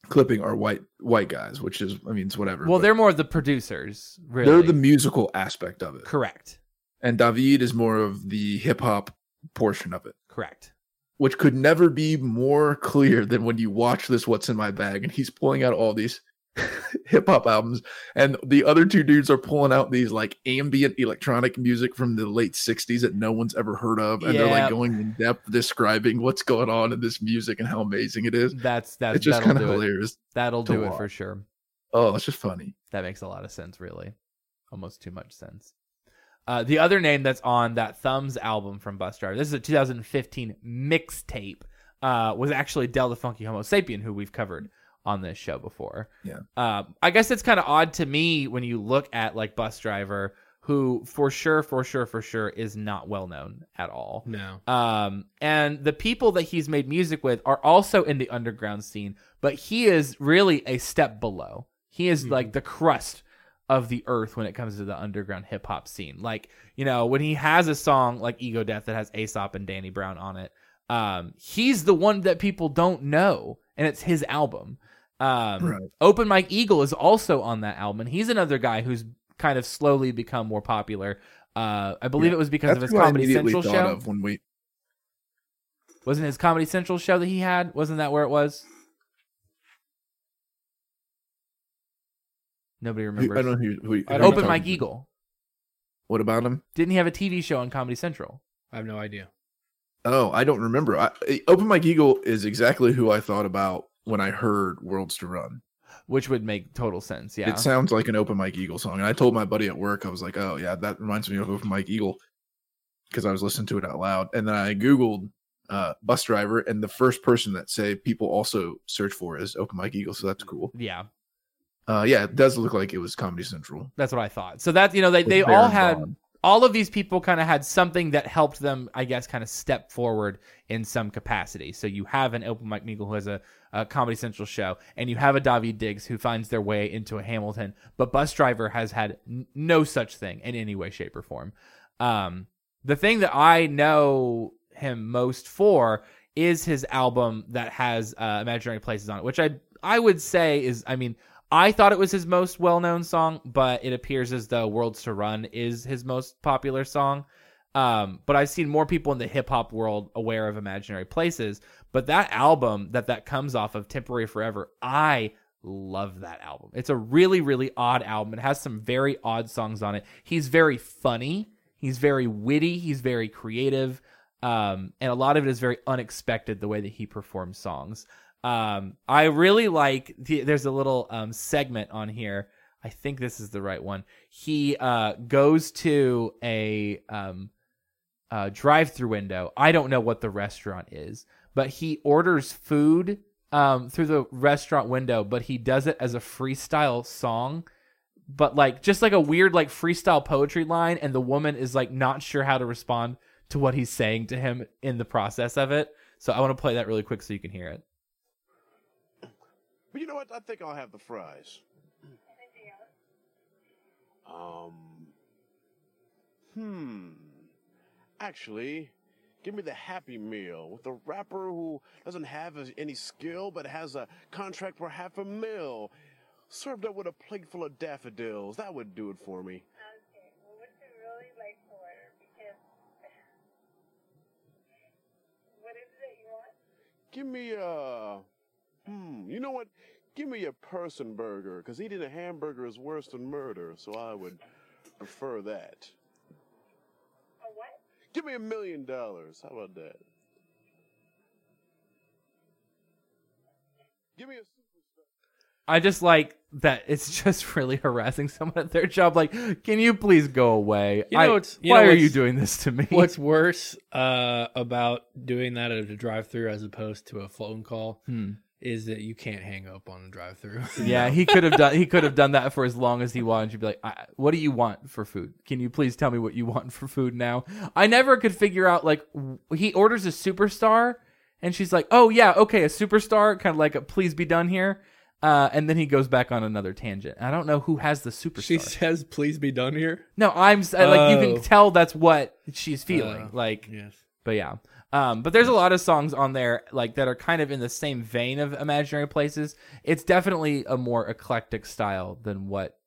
clipping are white white guys which is i mean it's whatever Well, but they're more of the producers. Really. they're the musical aspect of it correct. and david is more of the hip-hop portion of it Correct. which could never be more clear than when you watch this what's in my bag and he's pulling out all these hip hop albums and the other two dudes are pulling out these like ambient electronic music from the late 60s that no one's ever heard of and they're Yeah. like going in depth describing what's going on in this music and how amazing it is That's that's it's just that'll kind of do it. hilarious That'll to do it watch. for sure. Oh, that's just funny. That makes a lot of sense, really. Almost too much sense. Uh, the other name that's on that Thumbs album from Bus Driver, this is a 2015 mixtape, uh, was actually Del the Funky Homo Sapien, who we've covered on this show before. Yeah. Um, I guess it's kind of odd to me when you look at like Bus Driver, who for sure, for sure, for sure is not well known at all. No. Uh-huh. Um, and the people that he's made music with are also in the underground scene, but he is really a step below. He is Mhm. Mm-hmm. like the crust of the earth when it comes to the underground hip hop scene. Like, you know, when he has a song like Ego Death that has Aesop and Danny Brown on it, um, he's the one that people don't know, and it's his album. Um, Right. Open Mike Eagle is also on that album, and he's another guy who's kind of slowly become more popular. Uh, I believe it Yeah. was because of That's his what I Comedy immediately Central thought show. of when we. Wasn't his Comedy Central show that he had? Wasn't that where it was? Nobody Who, I remembers. don't know who. who who I I'm don't Open talking Mike to. Eagle. What about him? Didn't he have a TV show on Comedy Central? I have no idea. Oh, I don't remember. I, I- Open Mike Eagle is exactly who I thought about when I heard "Worlds to Run." Which would make total sense. Yeah. It sounds like an Open Mike Eagle song, and I told my buddy at work, I was like, "Oh yeah, that reminds me of Open Mike Eagle," because I was listening to it out loud, and then I googled uh, "bus driver," and the first person that say people also search for is Open Mike Eagle, so that's cool. yeah. Uh, yeah, it does look like it was Comedy Central. That's what I thought. So that you know, they, they With all Baron had Vaughn. all of these people kind of had something that helped them, I guess, kind of step forward in some capacity. So you have an open Mike Meagle who has a, a Comedy Central show, and you have a Davi Diggs who finds their way into a Hamilton, but Bus Driver has had n- no such thing in any way, shape, or form. Um, the thing that I know him most for is his album that has uh, Imaginary Places on it, which I I would say is, I mean, I thought it was his most well known song, but it appears as though Worlds to Run is his most popular song. Um, but I've seen more people in the hip hop world aware of Imaginary Places. But that album that that comes off of, Temporary Forever, I love that album. It's a really, really odd album. It has some very odd songs on it. He's very funny. He's very witty. He's very creative. Um, and a lot of it is very unexpected the way that he performs songs. Um, I really like the, there's a little um, segment on here. I think this is the right one. He uh, goes to a um, uh, drive-through window. I don't know what the restaurant is, but he orders food um, through the restaurant window. But he does it as a freestyle song, but like just like a weird like freestyle poetry line, and the woman is like not sure how to respond to what he's saying to him in the process of it. So I want to play that really quick so you can hear it. But you know what? I think I'll have the fries. Um. Hmm. Actually, give me the Happy Meal with a rapper who doesn't have as- any skill but has a contract for half a mil. Served up with a plate full of daffodils. That would do it for me. Okay, well, what's it really like to order? Because what is it you want? Give me a. Hmm. You know what? Give me a person burger, because eating a hamburger is worse than murder, so I would prefer that. A what? Give me a million dollars. How about that? Give me a. I just like that it's just really harassing someone at their job. Like, can you please go away? You know I- what's- you why know are what's- you doing this to me? What's worse uh, about doing that at a drive-through as opposed to a phone call Hmm. is that you can't hang up on the drive-through. Yeah, he could have done. He could have done that for as long as he wanted. You'd be like, I, "What do you want for food? Can you please tell me what you want for food now?" I never could figure out. Like, w- he orders a superstar, and she's like, "Oh yeah, okay, a superstar." Kind of like, a, "Please be done here," uh, and then he goes back on another tangent. I don't know who has the superstar. she says, "Please be done here." no, I'm s- like, you Oh. can tell that's what she's feeling. Uh, like, Yes. But yeah. Um, but there's a lot of songs on there like that are kind of in the same vein of imaginary places. It's definitely a more eclectic style than what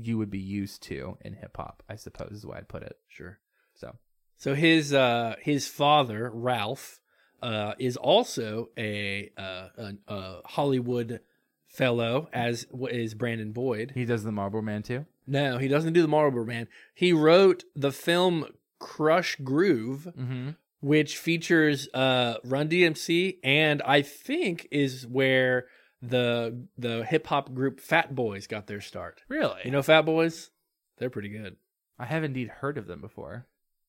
you would be used to in hip hop, I suppose is the way I'd put it. Sure. So So his uh his father Ralph uh is also a uh an, uh Hollywood fellow as w- is Brandon Boyd. he does the Marble Man too. No, he doesn't do the Marlboro Man. He wrote the film Crush Groove, Mm-hmm. which features uh Run DMC and I think is where the the hip hop group Fat Boys got their start. Really? You know Fat Boys? They're pretty good. I have indeed heard of them before.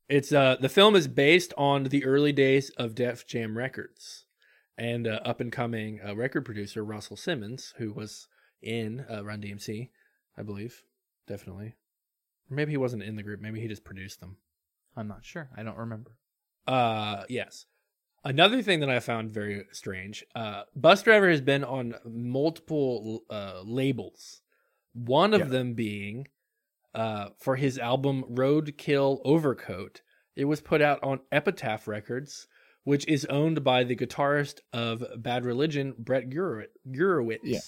It's uh the film is based on the early days of Def Jam Records and uh, up and coming uh, record producer Russell Simmons who was in uh, Run DMC, I believe. Definitely. Or maybe he wasn't in the group, maybe he just produced them. I'm not sure. I don't remember. Uh yes. Another thing that I found very strange, uh, Bus Driver has been on multiple uh, labels. One of Yeah. them being uh, for his album Roadkill Overcoat. It was put out on Epitaph Records, which is owned by the guitarist of Bad Religion, Brett Gurewitz. Gurewitz. Yeah.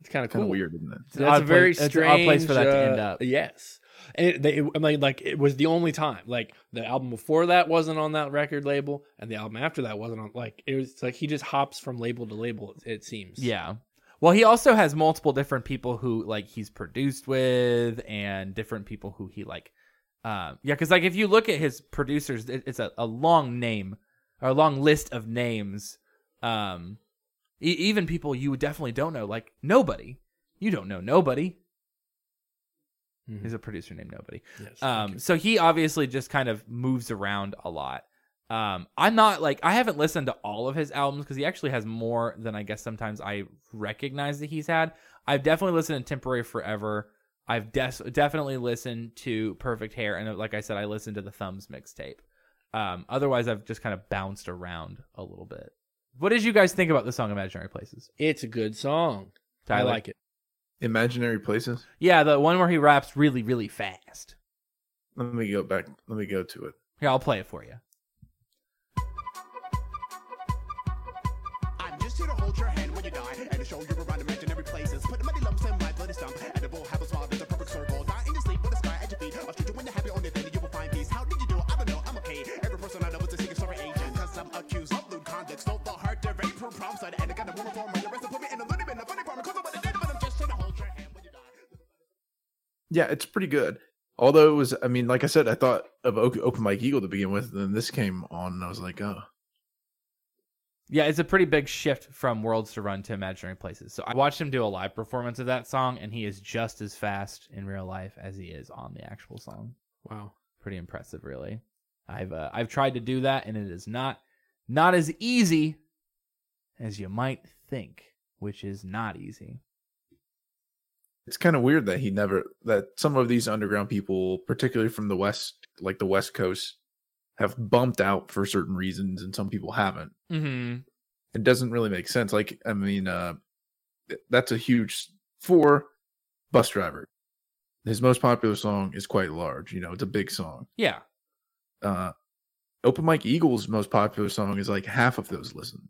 It's kind of cool. Kind of weird, isn't it? It's an That's odd a very place- it's an strange odd place for that to end uh, up. Yes, and it, they, I mean, like it was the only time. Like the album before that wasn't on that record label, and the album after that wasn't on. Like it was like he just hops from label to label. It, it seems. Yeah. Well, he also has multiple different people who like he's produced with, and different people who he like. Um, yeah, because like if you look at his producers, it, it's a, a long name or a long list of names. Um, e- even people you definitely don't know, like nobody. You don't know nobody. Mhm. He's a producer named Nobody. Yes, thank Um, you. so he obviously just kind of moves around a lot. Um, I'm not like I haven't listened to all of his albums because he actually has more than I guess sometimes I recognize that he's had. I've definitely listened to Temporary Forever. I've des- definitely listened to Perfect Hair, and like I said, I listened to the Thumbs mixtape. Um, otherwise, I've just kind of bounced around a little bit. What did you guys think about the song "Imaginary Places"? it's a good song. I Tyler? like it. Imaginary places. Yeah, the one where he raps really, really fast. Let me go back. Let me go to it. Here, I'll play it for you. I'm just here to hold your hand when you die and to show you around imaginary places. Put many lumps in my bloody stump, and it will have a smile that's a perfect circle. Die in your sleep with a sky at your feet. I'll shoot you when you're happy on the thing, you will find peace. How did you do? I don't know, I'm okay. Every person I know is a secret story agent. Cause I'm accused of lewd conduct, stole the heart to rape from prom side, and I got a woman for my arrest and put me in a loony bin, a funny farm, cause I'm what I did, but I'm just trying to hold your hand when you die. Yeah, it's pretty good. Although it was, I mean, like I said, I thought of O- Open Mike Eagle to begin with, and then this came on, and I was like, oh, Yeah, it's a pretty big shift from Worlds to Run to Imaginary Places. So I watched him do a live performance of that song, and he is just as fast in real life as he is on the actual song. Wow. Pretty impressive, really. I've uh, I've tried to do that, and it is not not as easy as you might think, which is not easy. it's kind of weird that he never that some of these underground people, particularly from the west, like the West Coast, have bumped out for certain reasons, and some people haven't. Mm-hmm. It doesn't really make sense. Like, I mean, uh, th- that's a huge for Bus Driver. His most popular song is quite large. You know, it's a big song. Yeah, uh open mike eagle's most popular song is like half of those listen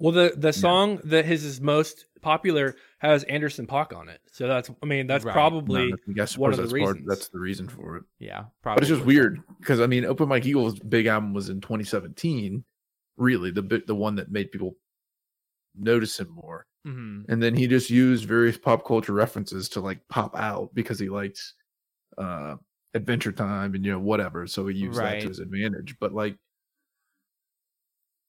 Well, the the song that his is most popular has Anderson Pock on it. So that's I mean that's Right. probably I guess one of the that's, part, reasons. that's the reason for it yeah. but Probably. it's just weird because i mean open mike eagle's big album was in 2017 really the bit the one that made people notice him more hmm and then he just used various pop culture references to like pop out because he likes uh adventure time and you know whatever so he used that Right. to his advantage but like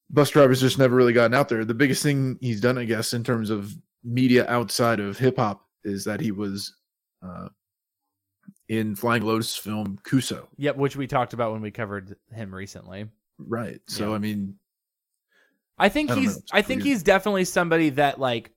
bus drivers just never really gotten out there the biggest thing he's done i guess in terms of media outside of hip hop is that he was uh in flying lotus film kuso Yep, which we talked about when we covered him recently. right so Yeah. i mean I think I don't know, he's it's I think weird. he's definitely somebody that like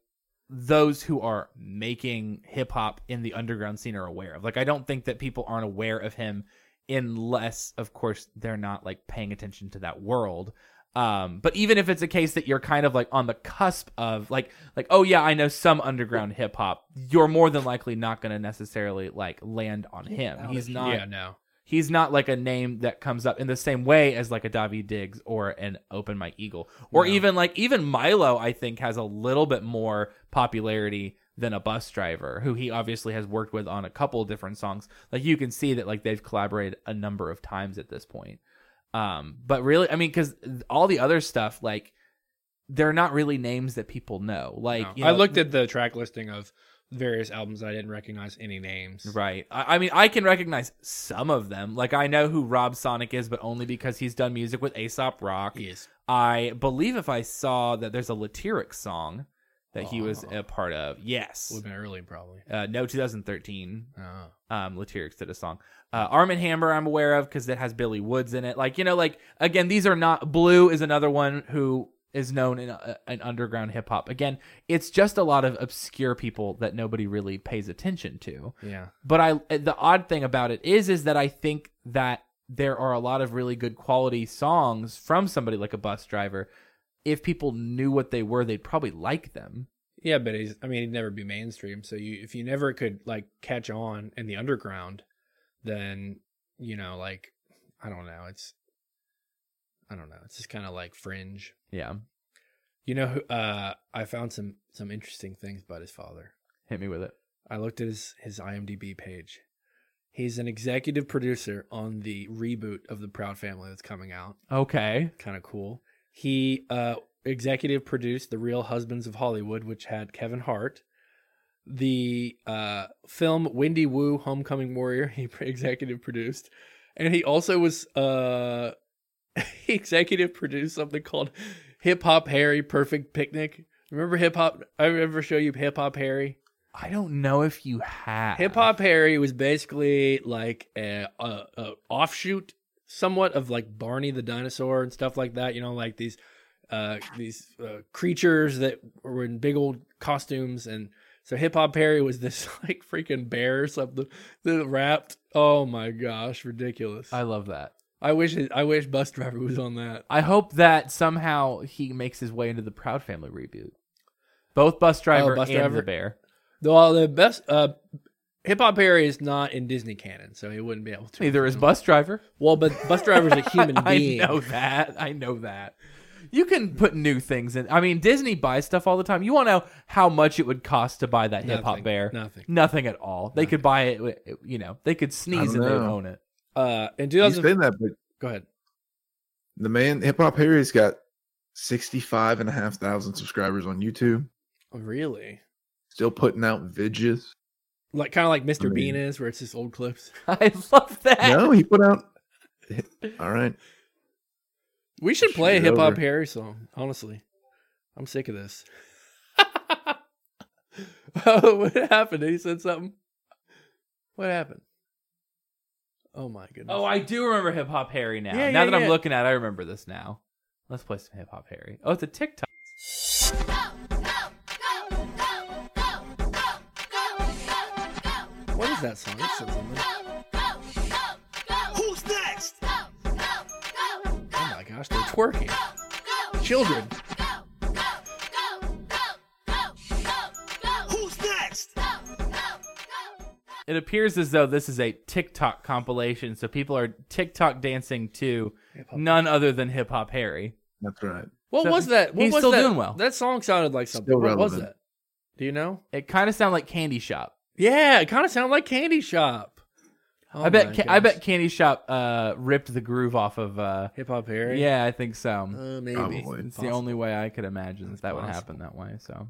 those who are making hip hop in the underground scene are aware of. Like I don't think that people aren't aware of him unless of course they're not like paying attention to that world. Um but even if it's a case that you're kind of like on the cusp of like like oh yeah, I know some underground hip hop, you're more than likely not going to necessarily like land on him. He's not yeah no he's not like a name that comes up in the same way as like a Davi Diggs or an Open Mike Eagle or No. even like even Milo. I think has a little bit more popularity than a bus driver who he obviously has worked with on a couple different songs. Like you can see that like they've collaborated a number of times at this point. Um, but really, I mean, because all the other stuff like they're not really names that people know. Like no. you I know, looked at the track listing of various albums. I didn't recognize any names. Right. I, I mean, I can recognize some of them. Like, I know who Rob Sonic is, but only because he's done music with Aesop Rock. Yes. I believe if I saw that there's a Latyrix song that he was Aw. a part of. Yes. Would have been early, probably. Uh, no, 2013. Uh, Um, Letyrix did a song. Uh, Arm and Hammer, I'm aware of because that has Billy Woods in it. Like you know, like again, these are not. Blue is another one who is known in uh, an underground hip hop. Again, it's just a lot of obscure people that nobody really pays attention to. yeah. But I the odd thing about it is is that I think that there are a lot of really good quality songs from somebody like a bus driver. If people knew what they were, they'd probably like them. Yeah, but he's I mean he'd never be mainstream. So you if you never could like catch on in the underground, then you know, like I don't know, it's I don't know. It's just kinda like fringe. Yeah. You know who uh I found some some interesting things about his father. Hit me with it. I looked at his, his IMDB page. He's an executive producer on the reboot of the Proud Family that's coming out. Okay. Kind of cool. He uh, executive produced The Real Husbands of Hollywood, which had Kevin Hart. The uh, film Windy Woo Homecoming Warrior, he executive produced. And he also was uh, he executive produced something called Hip Hop Harry Perfect Picnic. Remember Hip Hop? I remember show you Hip Hop Harry. I don't know if you have Hip Hop Harry was basically like a, a, a offshoot, somewhat of like Barney the dinosaur and stuff like that. You know, like these uh, these uh, creatures that were in big old costumes, and so Hip Hop Harry was this like freaking bear or something that wrapped. Oh my gosh, ridiculous! I I, love that. wish I wish Bus Driver was on that. I hope that somehow he makes his way into the Proud Family reboot. Both Oh, Bus Driver Bus and Driver. the Bear. Though the best uh, Hip Hop Harry is not in Disney canon, so he wouldn't be able to. Neither is Bus Driver. Well, but Bus Driver's a human being. I know that. I know that. You can put new things in. I mean, Disney buys stuff all the time. You want to know how much it would cost to buy that Hip Hop Nothing. Bear? Nothing. Nothing at all. They could buy it. You know, they could sneeze and don't they would know. own it. Uh, in He's 2000, been that, but go ahead. the man, Hip Hop Harry's got 65 and a half thousand subscribers on YouTube, Really? still putting out vidges. Like kind of like Mr. I mean- Bean is, where it's just old clips. I love that. No, he put out. All right. We should Shoot play a it hip hop over. Harry song. Honestly, I'm sick of this. oh, what happened? He said something. What happened? Oh my goodness. Oh, I do remember Hip Hop Harry now. Yeah, now yeah, that yeah. I'm looking at it, I remember this now. Let's play some Hip Hop Harry. Oh, it's a TikTok. what is that song? It said something. Who's next? Oh my gosh, they're twerking. Children. Who's next? It appears as though this is a TikTok compilation, so people are TikTok dancing to Oh. none other than Hip Hop Harry. That's right. What So was that? What he's was still that? doing well. That song sounded like something. Still what was that? relevant. Do you know? It kind of sounded like Candy Shop. Yeah, it kind of sounded like Candy Shop. Oh I bet. my Ca- I gosh. bet Candy Shop uh, ripped the groove off of. Uh, Hip Hop Harry. yeah, I think so. Uh, maybe. Probably. it's the only way I could imagine that, that would Possible. happen that way. So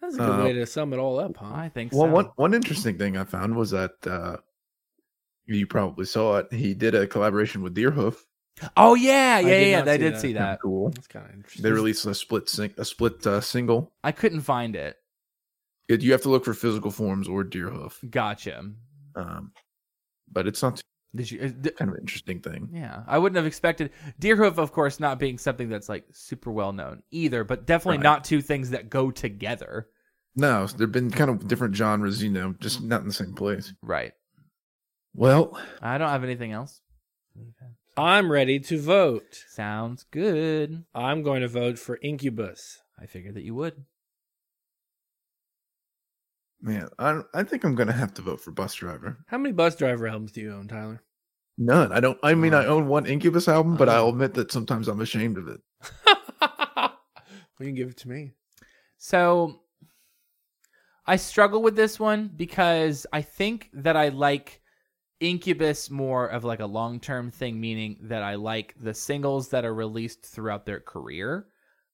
That's a good Uh, way to sum it all up, huh? I think. Well, so. one one interesting thing I found was that uh, you probably saw it. He did a collaboration with Deerhoof. Oh yeah, yeah, did yeah. not They see did that. see that. Cool. That's kind of interesting. They released a split sing- a split uh, single. I couldn't find it. It, you have to look for physical forms or Deerhoof, Gotcha. um, but it's not too, Did you? uh, d- kind of an interesting thing. Yeah, I wouldn't have expected Deerhoof, of course, not being something that's like super well known either, but definitely Right. not two things that go together. No, there've been kind of different genres, you know, just not in the same place. Right. Well, I don't have anything else. I'm ready to vote. Sounds good. I'm going to vote for Incubus. I figured that you would. man, I I think I'm gonna have to vote for Bus Driver. How many bus driver albums do you own, Tyler? None. I don't. I mean, I own one Incubus album, but Uh. I'll admit that sometimes I'm ashamed of it. well, you can give it to me. So I struggle with this one because I think that I like Incubus more of like a long term thing, meaning that I like the singles that are released throughout their career.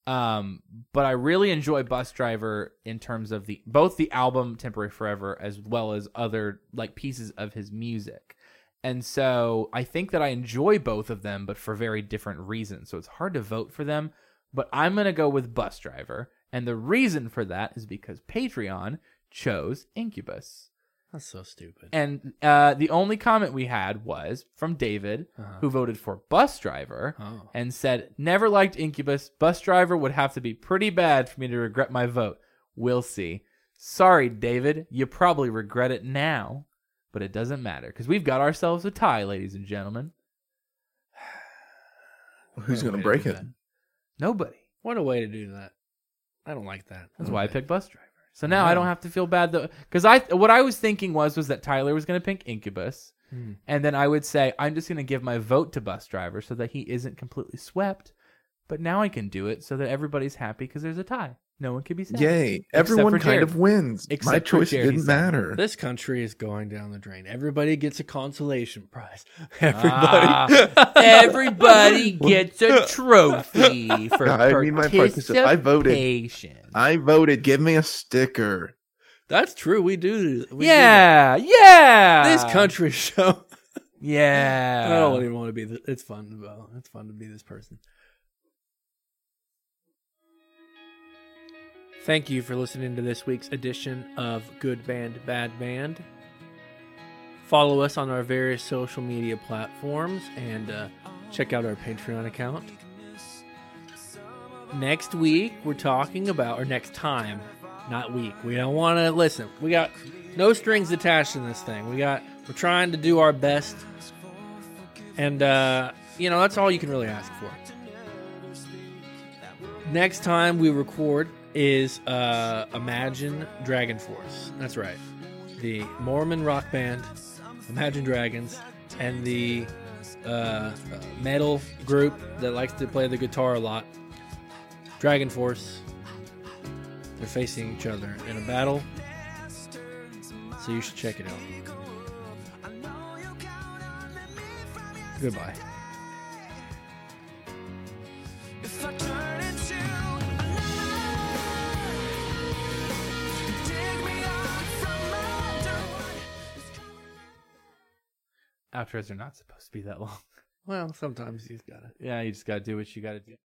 Um, but I really enjoy Bus Driver in terms of the both the album Temporary Forever as well as other like pieces of his music. And so I think that I enjoy both of them, but for very different reasons. So it's hard to vote for them. but I'm going to go with Bus Driver. And the reason for that is because Patreon chose Incubus. That's so stupid. And uh, the only comment we had was from David, Uh-huh. who voted for Bus Driver Oh. and said, Never liked Incubus. Bus Driver would have to be pretty bad for me to regret my vote. We'll see. Sorry, David. You probably regret it now, but it doesn't matter because we've got ourselves a tie, ladies and gentlemen. Who's What a going way to break do it? that. Nobody. What a way to do that. I don't like that. That's why I Okay. picked Bus Driver. So now I Yeah. don't have to feel bad though, because I what I was thinking was was that Tyler was going to pick Incubus, Hmm. and then I would say I'm just going to give my vote to Bus Driver so that he isn't completely swept. But now I can do it so that everybody's happy because there's a tie. No one can be sad. Yay. Everyone for kind Jared. of wins. My Except for choice Jared, he didn't said. matter. This country is going down the drain. Everybody gets a consolation prize. Everybody. Ah, everybody gets a trophy for I mean, my partici- I voted. participation. I voted. Give me a sticker. That's true. We do. We do that. yeah, yeah. This country show. Yeah. I don't even want to be. Th- it's fun. Well, it's fun to be this person. Thank you for listening to this week's edition of Good Band Bad Band. Follow us on our various social media platforms and uh, check out our Patreon account. Next week, we're talking about, or next time, not week. We don't want to listen. We got no strings attached in this thing. We got. We're trying to do our best and, uh, you know, that's all you can really ask for. Next time we record is uh, Imagine Dragon Force. That's right. The Mormon rock band, Imagine Dragons, and the uh, uh, metal group that likes to play the guitar a lot, Dragon Force. They're facing each other in a battle. So you should check it out. Goodbye. If I turn into another, dig me up from underwater. Outros are not supposed to be that long. Well, sometimes you've got to. Yeah, you just got to do what you got to do.